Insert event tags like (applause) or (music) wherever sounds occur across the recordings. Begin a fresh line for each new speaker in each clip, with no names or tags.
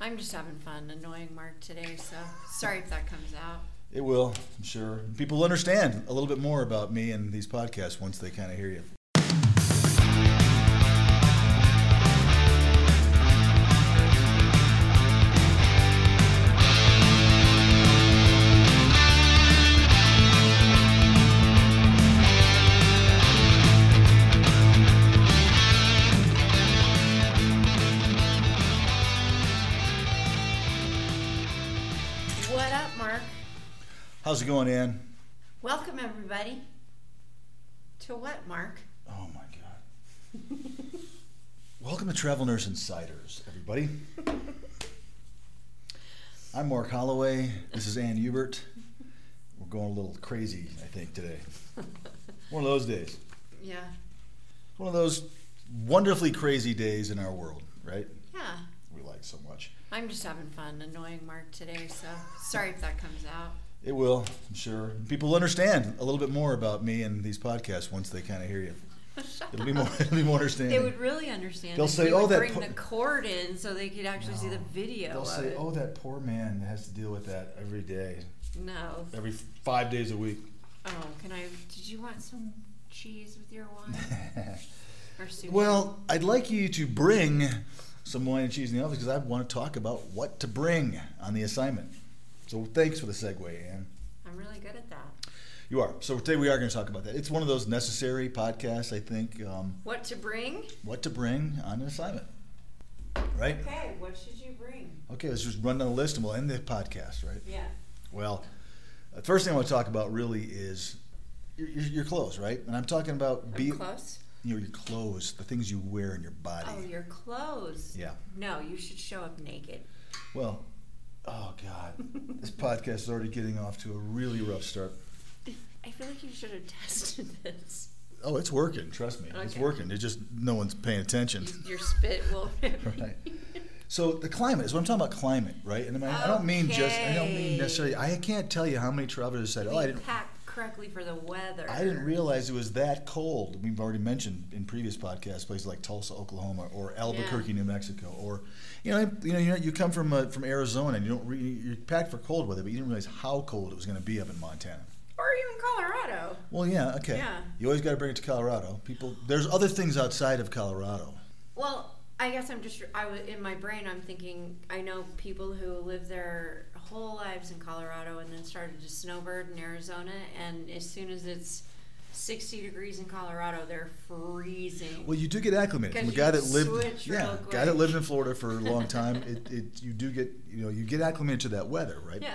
I'm just having fun annoying Mark today, so sorry if that comes out.
It will, I'm sure. People will understand a little bit more about me and these podcasts once they kind of hear you.
What up, Mark?
How's it going, Ann?
Welcome everybody. To what, (laughs) Mark?
Oh my God. (laughs) Welcome to Travel Nurse Insiders, everybody. I'm Mark Holloway. This is Ann Hubert. We're going a little crazy, I think, today. One of those days.
yeah.
One of those wonderfully crazy days in our world, right?
Yeah.
We like so much.
I'm just having fun annoying Mark today, so sorry if that comes out.
It will, I'm sure. People will understand a little bit more about me and these podcasts once they kind of hear you.
Shut
It'll be more, (laughs)
up.
it'll be more understanding.
They would really understand.
They'll
if
say,
we
"Oh,
would
that
bring
po-
the cord in so they could actually see the
No.
video.
They'll
of
say,
it.
"Oh, that poor man that has to deal with that every day,
no."
every f- five days
(laughs)
a week."
Oh, can I? Did you want some cheese with your wine or soup?
well, I'd like you to bring some wine and cheese in the office because I want to talk about what to bring on the assignment. So thanks for the segue, Ann.
I'm really good at that.
You are. So today we are going to talk about that. It's one of those necessary podcasts, I think. Um,
What to bring?
what to bring on an assignment, right?
Okay, what should you bring?
Okay, let's just run down the list and we'll end the podcast, right?
Yeah.
Well, the first thing I want to talk about really is your, your, your clothes, right? And I'm talking about be,
I'm close.
you know, your clothes, the things you wear in your body.
Oh, your clothes.
Yeah.
No, you should show up naked. (laughs)
Well, oh God, this podcast is already getting off to a really rough start.
I feel like you should have tested this.
Oh, it's working. Trust me, it's
Okay.
working. It's just no one's paying attention. (laughs)
Your spit will.
Right. So the climate is what I'm talking about. Climate, right? And I, mean, I don't mean just. I don't mean
Okay.
necessarily. I can't tell you how many travelers said, "Oh, I
(laughs) We
didn't."
pack correctly for the weather.
I didn't realize it was that cold. We've already mentioned in previous podcasts places like Tulsa, Oklahoma, or Albuquerque, New Mexico, or you know, you know, you know, you come from uh, from Arizona and you don't re- you're packed for cold weather, but you didn't realize how cold it was going to be up in Montana.
Or even Colorado.
Well, yeah, okay.
Yeah.
You always got to bring it to Colorado. People, there's other things outside of Colorado.
Well, I guess I'm just I was in my brain. I'm thinking I know people who live their whole lives in Colorado and then started to snowbird in Arizona, and as soon as it's 60 degrees in Colorado, they're freezing.
Well, you do get acclimated from a
Because
guy
you
that lived,
switch real
yeah,
quick.
guy that lived in Florida for a
(laughs)
long time. it, it, you do get, you know, you get acclimated to that weather, right?
yeah,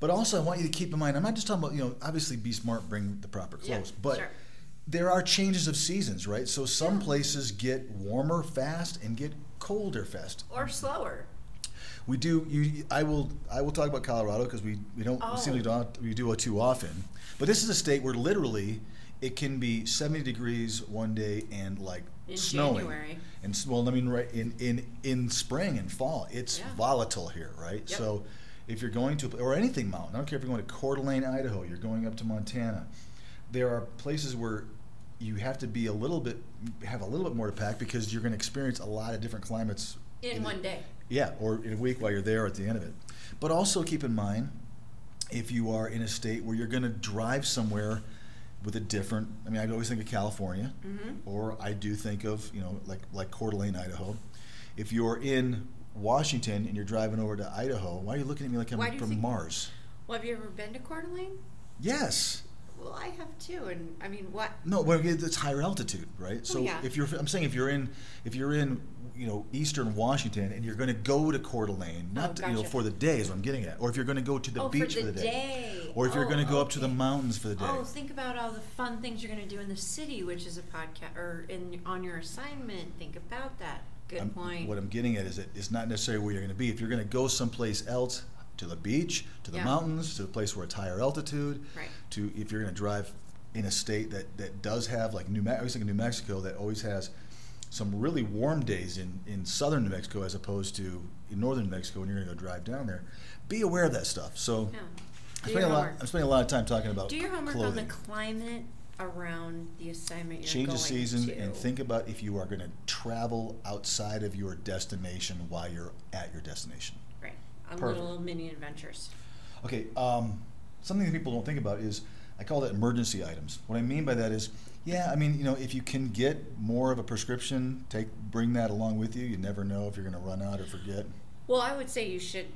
But also, I want you to keep in mind, I'm not just talking about, you know, obviously be smart, bring the proper
Yeah,
clothes, but
sure.
there are changes of seasons, right? So some places get warmer fast and get colder fast.
or slower.
We do. You, I will. I will talk about Colorado because we, we don't
Oh.
seem to don't, we do it too often. But this is a state where literally it can be 70 degrees one day and like
In
snowing.
January.
And s- well, I mean, right in in in spring and fall, it's
Yeah.
volatile here, right?
Yep.
So if you're going to or anything mountain, I don't care if you're going to Coeur d'Alene, Idaho, you're going up to Montana. There are places where you have to be a little bit have a little bit more to pack because you're going to experience a lot of different climates
In
the-
one day.
yeah, or in a week while you're there at the end of it. But also keep in mind if you are in a state where you're going to drive somewhere with a different. I mean, I always think of California,
Mm-hmm.
or I do think of you know like like Coeur d'Alene, Idaho. If you're in Washington and you're driving over to Idaho, why are you looking at me like I'm
Why do you
from
think-
Mars?
Well, have you ever been to Coeur d'Alene?
Yes.
Well, I have too, and I mean, what?
No, well, it- it's higher altitude, right? So
Oh, yeah.
if you're, I'm saying if you're in, if you're in, you know, Eastern Washington, and you're going to go to Coeur d'Alene, not
Oh,
to- you know,
gotcha.
for the day is what I'm getting at, or if you're going to go to the
oh,
beach
for the,
day, or if you're
Oh,
going to go up to the
okay.
mountains for the day.
Oh, think about all the fun things you're going to do in the city, which is a podcast or in on your assignment. Think about that. Good
I'm-
point.
What I'm getting at is it, it's not necessarily where you're going to be. If you're going to go someplace else, to the beach, to the
Yeah.
mountains, to a place where it's higher altitude,
Right.
to if you're going to drive in a state that, that does have like New Mexico, I always think of New Mexico that always has some really warm days in, in southern New Mexico as opposed to in northern New Mexico when you're going to go drive down there. Be aware of that stuff. So
yeah. Do your
I'm, spending a lot,
homework.
I'm spending a lot of time talking about
Do your homework
clothing.
on the climate around the assignment you're
Change
going
the season
to.
and think about if you are going to travel outside of your destination while you're at your destination.
Right. On
Perfect.
little mini adventures.
Okay, um, something that people don't think about is I call that emergency items. What I mean by that is, yeah, I mean, you know, if you can get more of a prescription, take bring that along with you. You never know if you're going to run out or forget.
Well, I would say you should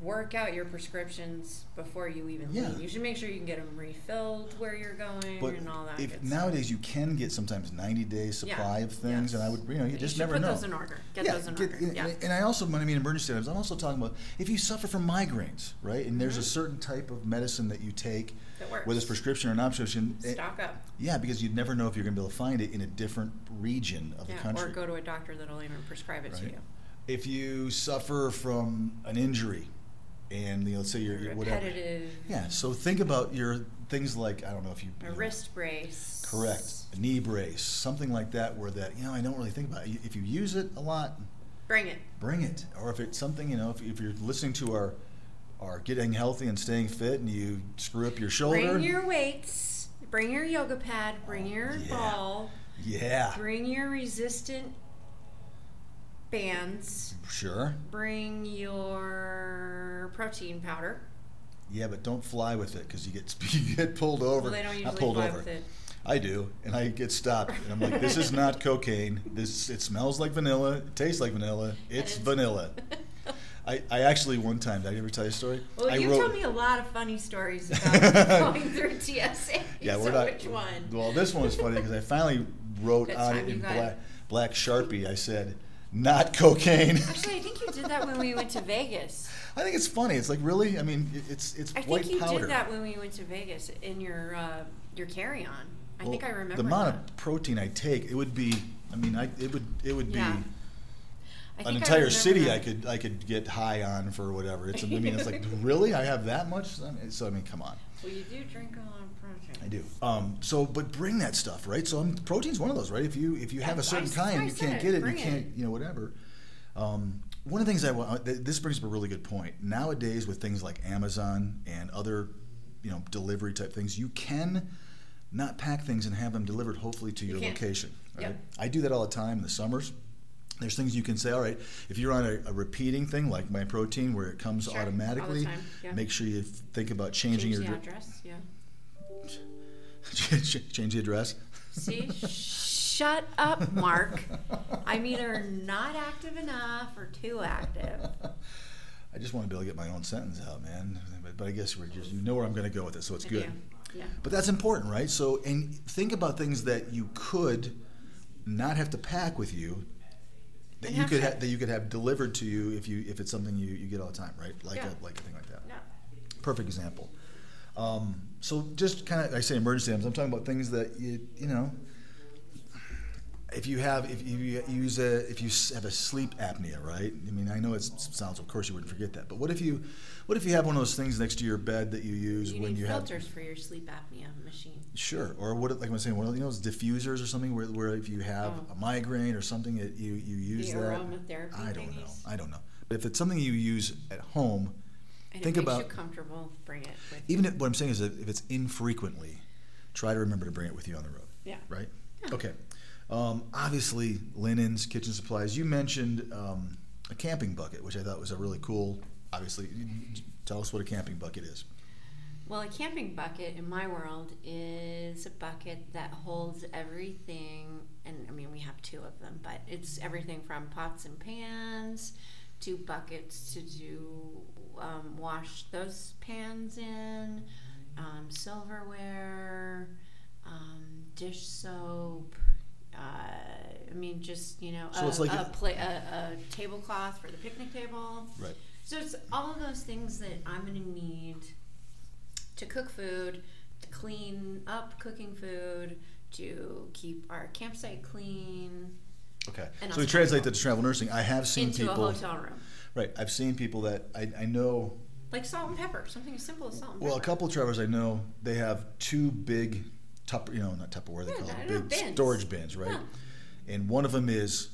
work out your prescriptions before you even
Yeah.
leave. You should make sure you can get them refilled where you're going
But
and all that.
if
good stuff.
nowadays you can get sometimes 90 day supply
Yeah,
of things, and I
yes.
would, you know, you just
should
never
put
know.
those in order. Get those in
get-
order.
And,
yeah.
and I also, when I mean emergency items, I'm also talking about if you suffer from migraines, right? And there's a
Mhm.
certain type of medicine that you take,
that works.
whether it's prescription or non prescription.
Stock up.
Yeah, because you'd never know if you're going to be able to find it in a different region of the
Yeah.
country.
Or go to a doctor that'll even prescribe it to
Right.
you.
if you suffer from an injury, and you know, let's say you're, you're whatever.
Repetitive.
Yeah, so think about your things like I don't know if you
A
you know,
wrist brace.
correct a knee brace, something like that, where that you know I don't really think about it. if you use it a lot,
Bring it.
bring it. Or if it's something you know, if, if you're listening to our our getting healthy and staying fit, and you screw up your shoulder,
Bring your weights. Bring your yoga pad. Bring
Oh,
your
yeah.
ball.
yeah,
Bring your resistant bands.
sure,
Bring your protein powder.
yeah, but don't fly with it because you get (laughs) you get pulled over.
Well, they don't
not
usually
pulled
fly
over.
with it.
I do, and I get stopped, and I'm like, "This is not cocaine. This it smells like vanilla. It tastes like vanilla.
And
It's,
(laughs)
vanilla." I, I actually one time did I ever tell you a story?
well,
I
you
wrote,
told me a lot of funny stories about
(laughs)
going through TSA.
yeah, we're
so
not.
Which one?
Well, this one was funny because I finally wrote
That
on
time
it
you
in
got-
black black sharpie. I said, "Not cocaine."
Actually, I think you did that when we went to Vegas.
(laughs) I think it's funny. It's like really. I mean, it- it's it's
I
white
think you
powder.
did that when we went to Vegas in your uh, your carry on. I think I
Well,
remember
the amount
that.
of protein I take. It would be. I mean, I it would it would
Yeah.
be.
I
an
think I
entire
remember
city
that.
I could I could get high on for whatever. It's I mean it's like
(laughs)
really I have that much. I mean, So I mean come on,
Well, you do drink a lot of protein.
I do. Um, so but bring that stuff right. So um protein's one of those right. If you if you have a
That's why
certain
I s-
kind,
I
you
said
can't
it,
get it. You
bring
can't
it.
you know whatever. Um, one of the things I want th- this brings up a really good point. Nowadays with things like Amazon and other you know delivery type things, you can not pack things and have them delivered hopefully to
You
your
can.
location. Right?
Yep.
I do that all the time in the summers. There's things you can say, all right, if you're on a, a repeating thing like my protein where it comes
Sure, all the
automatically,
time, yeah.
make sure you f- think about
Change
changing
the
your
address. Yeah.
(laughs) address. change the address. (laughs)
See, shut up, Mark. I'm either not active enough or too active.
I just want to be able to get my own sentence out, man. But, but I guess we're just you know where I'm going to go with it, so it's
I
good.
do. Yeah.
But that's important, right? So and think about things that you could not have to pack with you that
And
you
have
could
to-
ha- that you could have delivered to you if you if it's something you, you get all the time, right? Like
Yeah.
a like a thing like that.
No.
perfect example. Um, so just kind of, I say emergency items. I'm talking about things that you you know. If you have, if you use a, if you s- have a sleep apnea, right? I mean, I know it sounds, of course, you wouldn't forget that. But what if you, what if you have one of those things next to your bed that you use
You
when
need
you
filters
have?
for your sleep apnea machine.
Sure. Or what, like I was saying, one of you know, those diffusers or something where, where if you have
Oh.
a migraine or something, that you you use
the
that.
aromatherapy
I don't know.
thingies.
I don't know. But if it's something you use at home,
And
Think
it makes
about-
you comfortable. Bring it. With
even
you.
if, what I'm saying is that if it's infrequently, try to remember to bring it with you on the road,
yeah.
right?
Yeah.
Okay. Um, obviously, linens, kitchen supplies. You mentioned um, a camping bucket, which I thought was a really cool. Obviously, tell us what a camping bucket is.
Well, a camping bucket in my world is a bucket that holds everything, and I mean, we have two of them, but it's everything from pots and pans to buckets to do um, wash those pans in, um, silverware, um, dish soap. Uh, I mean, just you know,
So
a,
it's like
a,
a-
pla- a, a tablecloth for the picnic table.
Right.
So it's all of those things that I'm going to need to cook food, to clean up cooking food, to keep our campsite clean
Okay.
And
so
also
we translate that to travel nursing. I have seen
into a
people.
hotel room.
Right. I've seen people that I, I know.
Like salt and pepper, something as simple as salt and
Well, a
pepper.
couple of travelers I know, they have two big, tup you know, not Tupperware, they
Yeah,
call
I
it
know,
big
bins.
storage bins, right?
Yeah.
And one of them is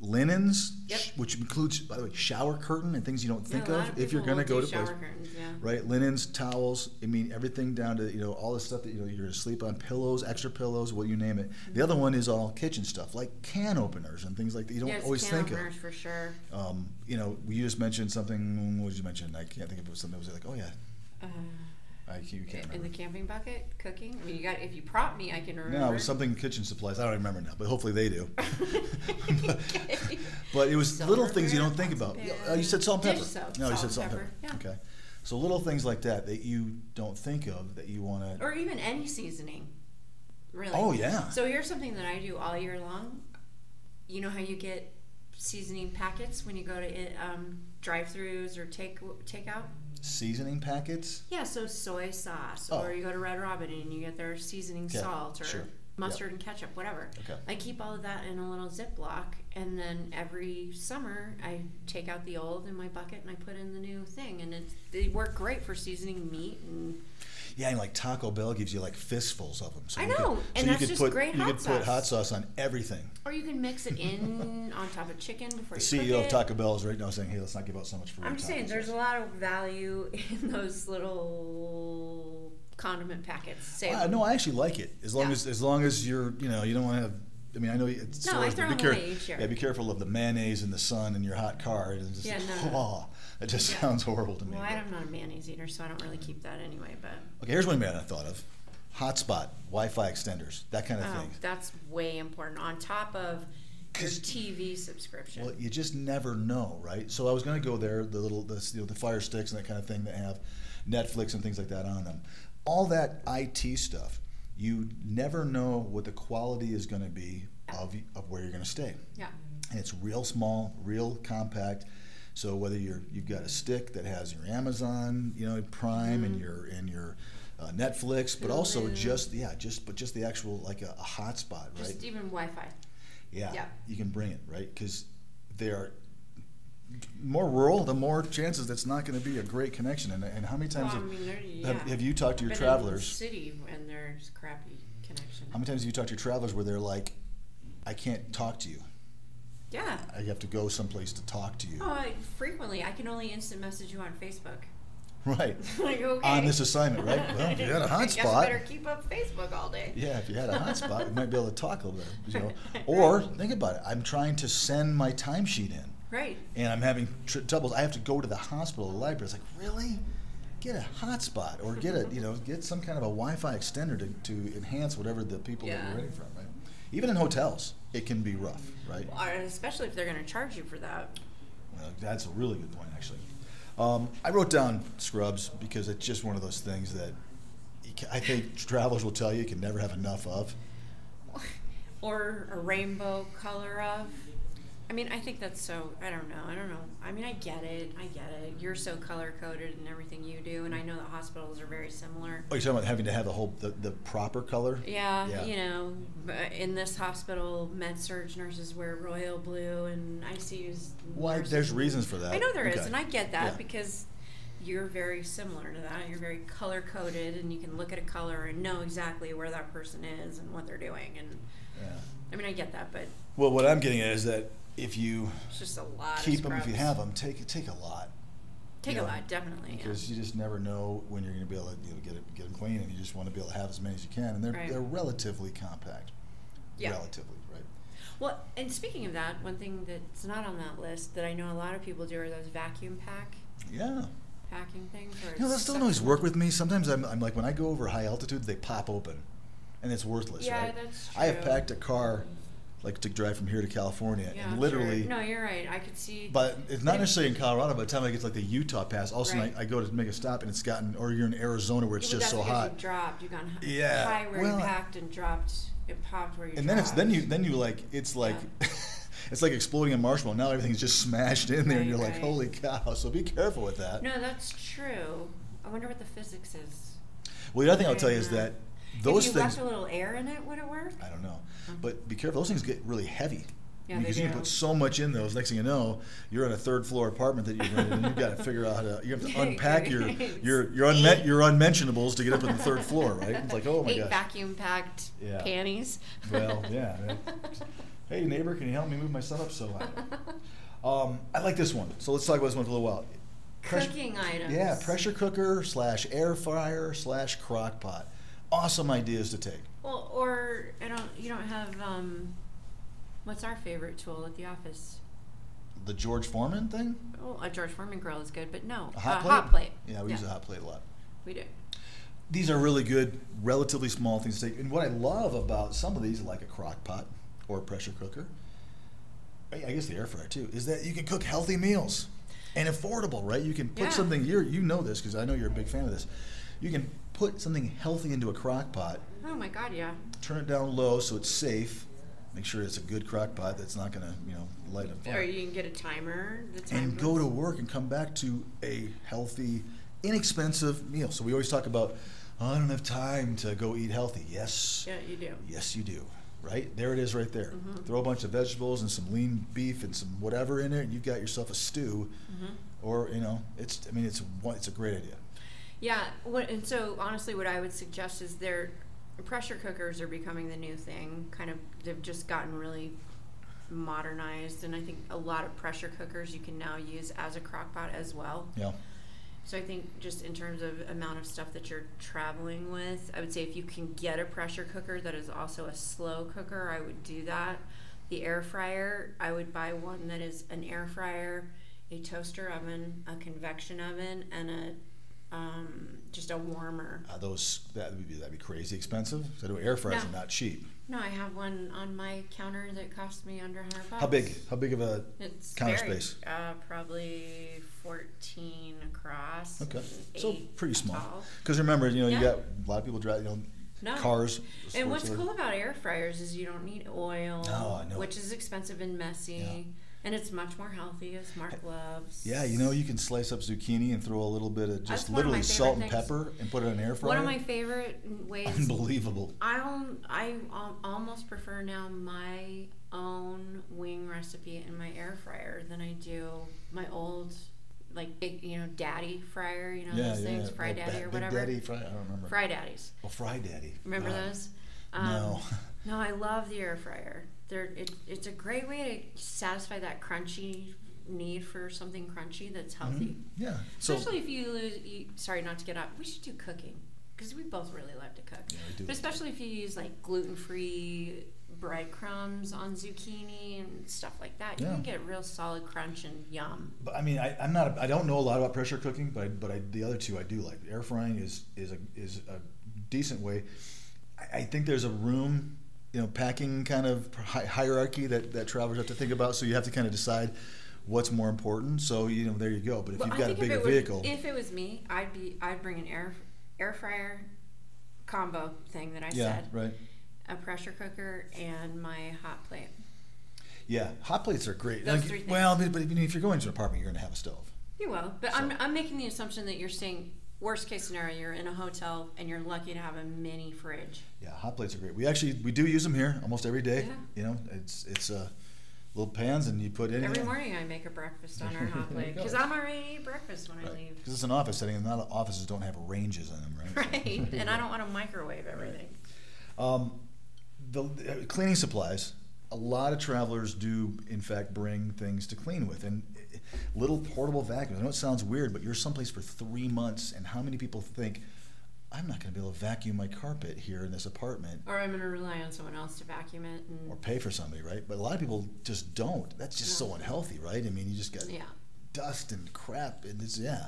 linens,
Yep.
sh- which includes, by the way, shower curtain and things you don't
Yeah,
think
a lot
of
of
if you're
people
going to
will
go
do
to
shower
places.
curtains, yeah.
Right, linens, towels. I mean, everything down to you know all the stuff that you know you're gonna sleep on, pillows, extra pillows, what you name it. The other one is all kitchen stuff like can openers and things like that. You don't
Yes,
always
can
think of.
openers for sure.
Um, you know, you just mentioned something. What did you mention? I can't think of it was something. that was like, oh yeah,
Uh,
I can't, you can't
in
remember.
the camping bucket, cooking. I mean, you got if you prompt me, I can remember.
No, it was something kitchen supplies. I don't remember now, but hopefully
(laughs)
they do. (laughs)
Okay.
but it was little
Silverware,
things you don't think
pots
about.
and
Yeah, Oh, you said salt and pepper.
pans. Dish soap,
no, you
salt
said
and
salt and pepper.
pepper,
Okay, so little things like that that you don't think of that you want to.
or even any seasoning, really.
Oh yeah.
So here's something that I do all year long. You know how you get seasoning packets when you go to um, drive-throughs or take takeout.
Seasoning packets.
Yeah, so soy sauce,
Oh.
or you go to Red Robin and you get their seasoning
Yeah,
salt, or
sure. Yep.
mustard and ketchup, whatever.
Okay.
I keep all of that in a little Ziploc, and then every summer I take out the old in my bucket and I put in the new thing, and it's, they work great for seasoning meat. And
Yeah, and like Taco Bell gives you like fistfuls of them. So
I
you could-
know,
so
and
you
that's
could
just
put,
great
You
hot
could put
sauce.
hot sauce on everything.
or you can mix it in
(laughs)
on top of chicken before
The
you cook
CEO of
it.
Taco Bell is right now saying, "Hey, let's not give out so much free."
I'm just
taco
saying, there's a
sauce."
lot of value (laughs) in those little condiment packets. Say
Uh, no, I actually like it as long
Yeah.
as as long as you're you know you don't want to have. I mean, I know it's
No, I
stores,
throw
but be
them
careful.
away each year.
Yeah, be careful of the mayonnaise and the sun in your hot car. It's just
Yeah,
like,
no,
(laughs)
no.
"Oh," It just
Yeah.
sounds horrible to me.
well, I
but-
am not a mayonnaise eater, so I don't really keep that anyway. But
Okay, here's one man I thought of: hotspot, Wi-Fi extenders, that kind of
oh,
thing.
that's way important on top of your
'Cause-
TV subscription.
Well, you just never know, right? So I was going to go there, the little, the, you know, the Fire Sticks and that kind of thing that have Netflix and things like that on them. All that IT stuff, you never know what the quality is going to be of, of where you're going to stay.
yeah,
And it's real small, real compact. So whether you're you've got a stick that has your Amazon, you know, Prime and
Mm-hmm.
your and your uh, Netflix, but also
Hulu.
just yeah, just but just the actual like a, a hotspot, right?
Mm-hmm. just even Wi-Fi.
Yeah,
Yeah.
you can bring it right because they are more rural. The more chances that's not going to be a great connection. And, and how many
Well,
times
I
have,
mean, there- yeah.
have, have you talked to your
Been in the
travelers?
city, and there's crappy connection.
How many times have you talked to your travelers where they're like, "I can't talk to you.
yeah.
I have to go someplace to talk to you."
Oh, I, frequently I can only instant message you on Facebook.
(laughs)
(laughs)
Right.
like, okay.
On this assignment, right? Well, if you had a
(laughs) I guess I
hotspot-
better keep up Facebook all day.
Yeah, if you had a hotspot, we might be able to talk a little bit. You know, or think about it. I'm trying to send my timesheet in.
Right.
and I'm having tr- troubles. I have to go to the hospital, the library. It's like, really? Get a hotspot or get a, you know, get some kind of a Wi-Fi extender to, to enhance whatever the people that
Yeah.
you're renting from, right? Even in hotels, it can be rough, right?
Or Uh, especially if they're going to charge you for that. (laughs)
Well, that's a really good point, actually. Um, I wrote down scrubs because it's just one of those things that you ca I think travelers will tell you you can never have enough of.
or a rainbow color of. I mean, I think that's so. I don't know. I don't know. I mean, I get it. I get it. You're so color coded in everything you do, and I know that hospitals are very similar.
Oh, you're talking about having to have the whole the, the proper color.
Yeah,
Yeah.
you know, but in this hospital, med surge nurses wear royal blue, and ICUs.
Why?
nurses-
There's reasons for that.
I know there is,
Okay.
and I get that
Yeah.
because you're very similar to that. You're very color coded, and you can look at a color and know exactly where that person is and what they're doing. And
Yeah.
I mean, I get that, but
Well, what I'm getting at is that if you
it's just a lot.
keep
of
them if you
scrubs.
have them. Take take a lot
Take
Yeah.
a lot, definitely. Yeah.
because you just never know when you're going to be able to you know, get it, get them clean, and you just want to be able to have as many as you can. And they're
Right.
they're relatively compact.
Yeah.
Relatively, right?
Well, and speaking of that, one thing that's not on that list that I know a lot of people do are those vacuum pack
Yeah.
packing things. Or
You know, those don't always work with me. Sometimes I'm, I'm like when I go over high altitude, they pop open, and it's worthless.
Yeah,
right?
that's
I have
true.
packed a car, like to drive from here to California,
Yeah,
and literally.
Sure. No, you're right. I could see.
But it's not
They-
necessarily in Colorado. By the time I get to like the Utah pass, all of a sudden
Right.
I, I go to make a stop and it's gotten, or you're in Arizona where it's
Yeah, but
just so
that's
hot.
because You dropped. You got
Yeah.
high where
Well,
you packed and dropped. It popped where you.
and then it's then
dropped.
you then you like it's like (laughs) it's like exploding a marshmallow. Now everything's just smashed in there,
Right,
and you're like,
right.
holy cow! So be careful with that.
No, that's true. I wonder what the physics is.
well, the other thing I'll tell you is
Yeah.
that those
if you
things
left a little air in it, would it work?
I don't know,
Mhm.
but be careful. Those things get really heavy.
Yeah,
because
they
you
do.
can put so much in those. Next thing you know, you're in a third floor apartment that you're in, and you've got to figure out how to. You have
(laughs)
to
Yeah,
unpack your
great.
your your, unme- your unmentionables to get up to the third floor, right? It's like, oh my
Eight
gosh.
vacuum packed
Yeah.
panties. (laughs)
Well, yeah, that- hey neighbor, can you help me move my setup so high?
(laughs)
um, I like this one. So let's talk about this one for a little while. Press-
Cooking items.
Yeah, pressure cooker slash air fryer slash crock pot. Awesome ideas to take.
Well, or I don't. You don't have. Um, what's our favorite tool at the office?
The George Foreman thing?
Oh, a George Foreman grill is good, but no,
A hot
uh,
plate?
Hot plate.
Yeah, we use a hot plate a lot.
We do.
These are really good, relatively small things to take. And what I love about some of these, like a crock pot or a pressure cooker, I I guess the air fryer too, is that you can cook healthy meals and affordable, right? You can put
Yeah.
something, you're, you know this because I know you're a big fan of this. You can put something healthy into a crock pot
Oh my God, yeah.
turn it down low so it's safe. Make sure it's a good crock pot that's not going to, you know, light on
Or
fire.
you can get a timer. The timer.
And go to work and come back to a healthy, inexpensive meal. So we always talk about, "Oh, I don't have time to go eat healthy. Yes,
Yeah, you do.
yes, you do. Right there, it is right there.
Mm-hmm.
Throw a bunch of vegetables and some lean beef and some whatever in it, and you've got yourself a stew. Or you know, it's I mean, it's one, it's a great idea.
Yeah, what, and so honestly, what I would suggest is their pressure cookers are becoming the new thing. Kind of, they've just gotten really modernized, and I think a lot of pressure cookers you can now use as a crock pot as well.
Yeah,
So I think just in terms of amount of stuff that you're traveling with, I would say if you can get a pressure cooker that is also a slow cooker, I would do that. The air fryer, I would buy one that is an air fryer, a toaster oven, a convection oven, and a um, just a warmer.
uh, those that would be that'd be crazy expensive. So do air fryers
No.
are not cheap.
No, I have one on my counter that cost me under hundred bucks.
How big? How big of a
It's
Counter
very,
space.
Uh, probably fourteen across.
Okay,
and
so
eight
pretty small.
tall.
Because remember, you know, you
Yeah.
got a lot of people drive, you know,
No.
cars.
And what's
sports-
cool about air fryers is you don't need oil,
No, I know.
which is expensive and messy,
Yeah.
and it's much more healthy, as Mark loves.
Yeah, you know, you can slice up zucchini and throw a little bit of
That's
just
one of my
literally salt and
favorite things.
pepper and put it in an air fryer.
One of my
(laughs)
favorite ways.
Unbelievable.
I al- I al- almost prefer now my own wing recipe in my air fryer than I do my old, like big, you know, daddy fryer. You know
yeah,
those
yeah.
things, fry
Or
daddy
Ba-
or
Big
whatever.
Daddy, fry, I don't remember.
Fry daddies.
Oh, fry daddy.
Remember
God.
those? Um,
no.
No, I love the air fryer. There, it, it's a great way to satisfy that crunchy need for something crunchy that's
(laughs)
healthy.
yeah. Mm-hmm. So,
Especially if you lose. You, sorry, not to get up. We should do cooking because we both really love to cook.
Yeah, we do.
But especially if you use like gluten-free breadcrumbs on zucchini and stuff like that, you
Yeah.
can get real solid crunch and yum.
But I mean, I, I'm not. A, I don't know a lot about pressure cooking, but I, but I, the other two I do like. Air frying is is a is a decent way. I, I think there's a room, you know, packing kind of hi- hierarchy that that travelers have to think about. So you have to kind of decide what's more important. So you know, there you go. But if
Well,
you've
I
got a
think if
bigger
it were-
vehicle,
if it was me, I'd be. I'd bring an air air fryer combo thing that I
yeah,
said.
right.
a pressure cooker and my hot plate.
Yeah, hot plates are great.
Those three things.
well, but, but if, you- if you're going to an apartment, you're going to have a stove.
You will, but
So-
I'm, I'm making the assumption that you're saying worst case scenario, you're in a hotel and you're lucky to have a mini fridge.
Yeah, hot plates are great. We actually we do use them here almost every day.
Yeah.
You know, it's it's uh, little pans and you put in
Every morning I make a breakfast on our hot
(laughs) There you
plate because
go.
I'm already eat breakfast when I leave. (laughs)
Because it's an office setting, and a lot of offices don't have ranges in them, right?
Right, and I don't want to microwave everything.
Um, the uh, cleaning supplies. A lot of travelers do, in fact, bring things to clean with, and uh, little portable vacuums. I know it sounds weird, but you're someplace for three months, and how many people think, "I'm not going to be able to vacuum my carpet here in this apartment,"
Or I'm going to rely on someone else to vacuum it.
or
And
pay for somebody, right? But a lot of people just don't. That's just
No.
so unhealthy, right? I mean, you just got
yeah,
dust and crap and it's yeah.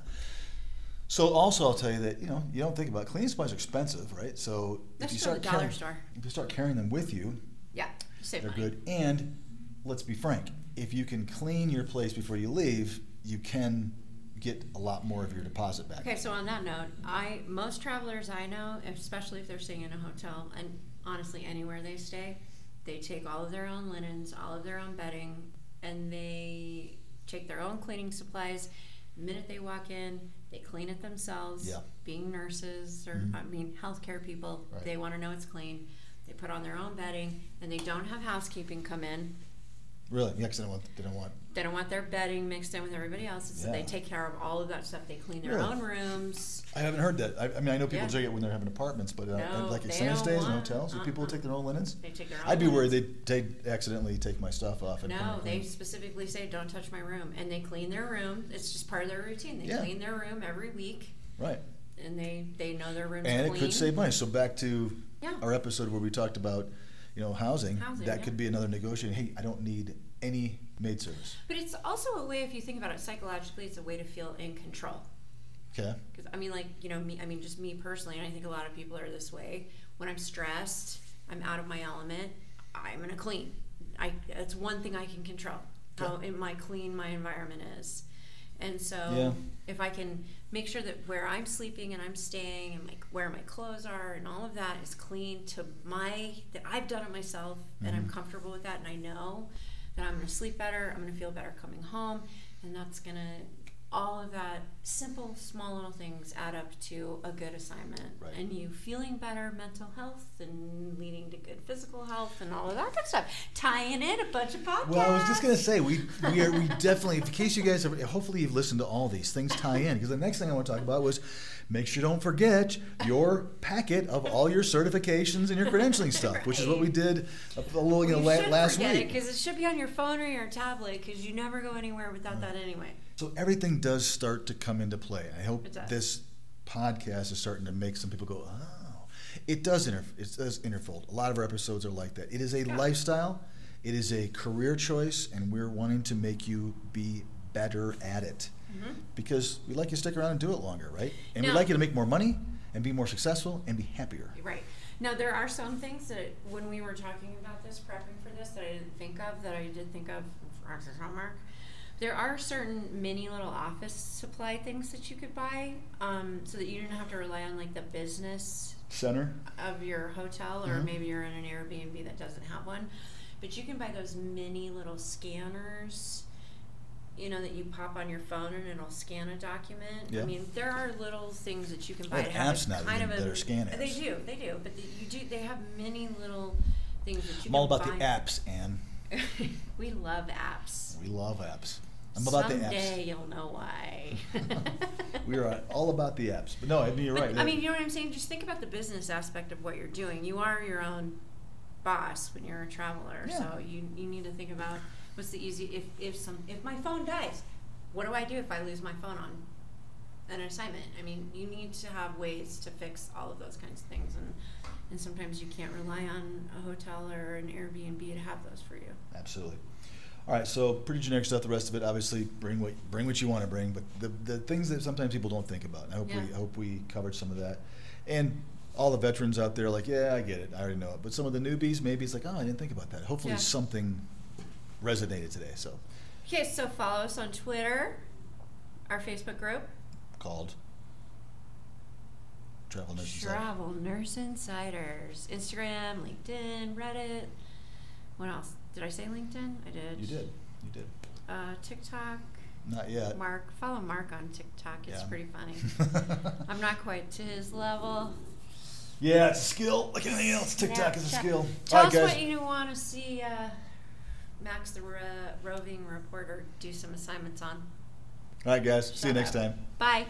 So also I'll tell you that you know you don't think about it. cleaning supplies are expensive, right? So if
Let's go to
you
the
start
dollar
carrying,
store.
if you start carrying them with you,
yeah, you save
they're
money.
good. And let's be frank, if you can clean your place before you leave, you can get a lot more of your deposit back.
Okay, so on that note, I most travelers I know, especially if they're staying in a hotel and honestly anywhere they stay, they take all of their own linens, all of their own bedding, and they take their own cleaning supplies. The minute they walk in, they clean it themselves.
Yeah. Mm-hmm.
Being nurses or I mean healthcare people,
Right.
they want to know it's clean. They put on their own bedding and they don't have housekeeping come in.
Really? Yeah, 'cause they don't want they don't want
They don't want their bedding mixed in with everybody else's, so they
Yeah.
take care of all of that stuff. They clean their
Really?
own rooms.
I haven't heard that. I, I mean, I know people
Yeah.
take it when they're having apartments, but uh,
No,
like at
they
sand
don't
stays and
want-
hotels, do people
uh-uh.
take their own linens?
They take their own.
I'd be worried
rooms.
they'd, they'd accidentally take my stuff off. and come
No,
and
they
clean.
specifically say don't touch my room, and they clean their room. It's just part of their routine. They
Yeah.
clean their room every week,
Right.
and they they know their room's
And
clean.
it could save money. So back to
Yeah.
our episode where we talked about, you know, housing.
Housing,
that
yeah.
could be another negotiating. Hey, I don't need any maid service.
But it's also a way, if you think about it psychologically, it's a way to feel in control.
Okay.
Because I mean, like you know, me. I mean, just me personally, and I think a lot of people are this way. When I'm stressed, I'm out of my element. I'm gonna clean. I that's one thing I can control. How in my clean my environment is, and so
Yeah.
if I can make sure that where I'm sleeping and I'm staying and like where my clothes are and all of that is clean to my that I've done it myself and I'm
Mhm.
comfortable with that and I know that I'm gonna sleep better. I'm gonna feel better coming home, and that's gonna all of that simple small little things add up to a good assignment
Right.
and you feeling better mental health and leading to good physical health and all of that good stuff tying in a bunch of podcasts
Well, I was just gonna say we we are
(laughs)
we definitely. In case you guys have, hopefully you've listened to all these things tie in because the next thing I want to talk about was make sure you don't forget your packet of all your certifications and your credentialing stuff, which is what we did a, a little you know, la- last week.
because it should be on your phone or your tablet because you never go anywhere without that anyway
So everything does start to come into play. I hope
It does.
this podcast is starting to make some people go, oh. It does inter- it does interfold. A lot of our episodes are like that. It is a
Yeah.
lifestyle, it is a career choice, and we're wanting to make you be better at it
Mm-hmm.
because we like you to stick around and do it longer, right? And we
Now-
like you to make more money and be more successful and be happier.
right now there are some things that when we were talking about this prepping for this that i didn't think of that i did think of for our homework there are certain mini little office supply things that you could buy um, so that you didn't have to rely on like the business
Center.
of your hotel or
Mhm.
maybe you're in an Airbnb that doesn't have one. But you can buy those mini little scanners, you know, that you pop on your phone and it'll scan a document.
Yeah.
I mean, there are little things that you can
Well,
buy to
the
have a
apps now that
kind
you-
of a,
that are scanners.
They do, they do, but the, you do. They have many little things that you.
I'm all
can
about the
buy.
apps, Anne.
(laughs) we love apps.
We love apps. I'm about
Someday
the apps.
you'll know why.
(laughs) we are all about the apps. But no, I mean, you're
But,
right.
I mean, you know what I'm saying? Just think about the business aspect of what you're doing. You are your own boss when you're a traveler,
Yeah.
so you you need to think about what's the easy if if some if my phone dies, what do I do if I lose my phone on an assignment? I mean, you need to have ways to fix all of those kinds of things, and and sometimes you can't rely on a hotel or an Airbnb to have those for you.
Absolutely. All right, so pretty generic stuff. The rest of it, obviously, bring what bring what you want to bring, but the, the things that sometimes people don't think about. And I hope we
Yeah.
I hope we covered some of that, and all the veterans out there, are like, yeah, I get it, I already know it. But some of the newbies, maybe it's like, oh, I didn't think about that. Hopefully,
Yeah.
something resonated today. So
Okay, so follow us on Twitter, our Facebook group,
called travel nurse. and Psych.
Travel Nurse Insiders. Instagram, LinkedIn, Reddit. What else? Did I say LinkedIn? I did.
You did, you did.
Uh, TikTok.
Not yet.
Mark. Follow Mark on TikTok. It's
Yeah.
pretty funny.
(laughs)
I'm not quite to his level.
yeah, it's a skill. Like anything else, TikTok
Yeah,
is a
check.
skill.
Tell
all right,
us
guys.
what you want to see uh, Max the ro- roving reporter do some assignments on.
all right, guys. See
Shout
you next
out.
time.
Bye.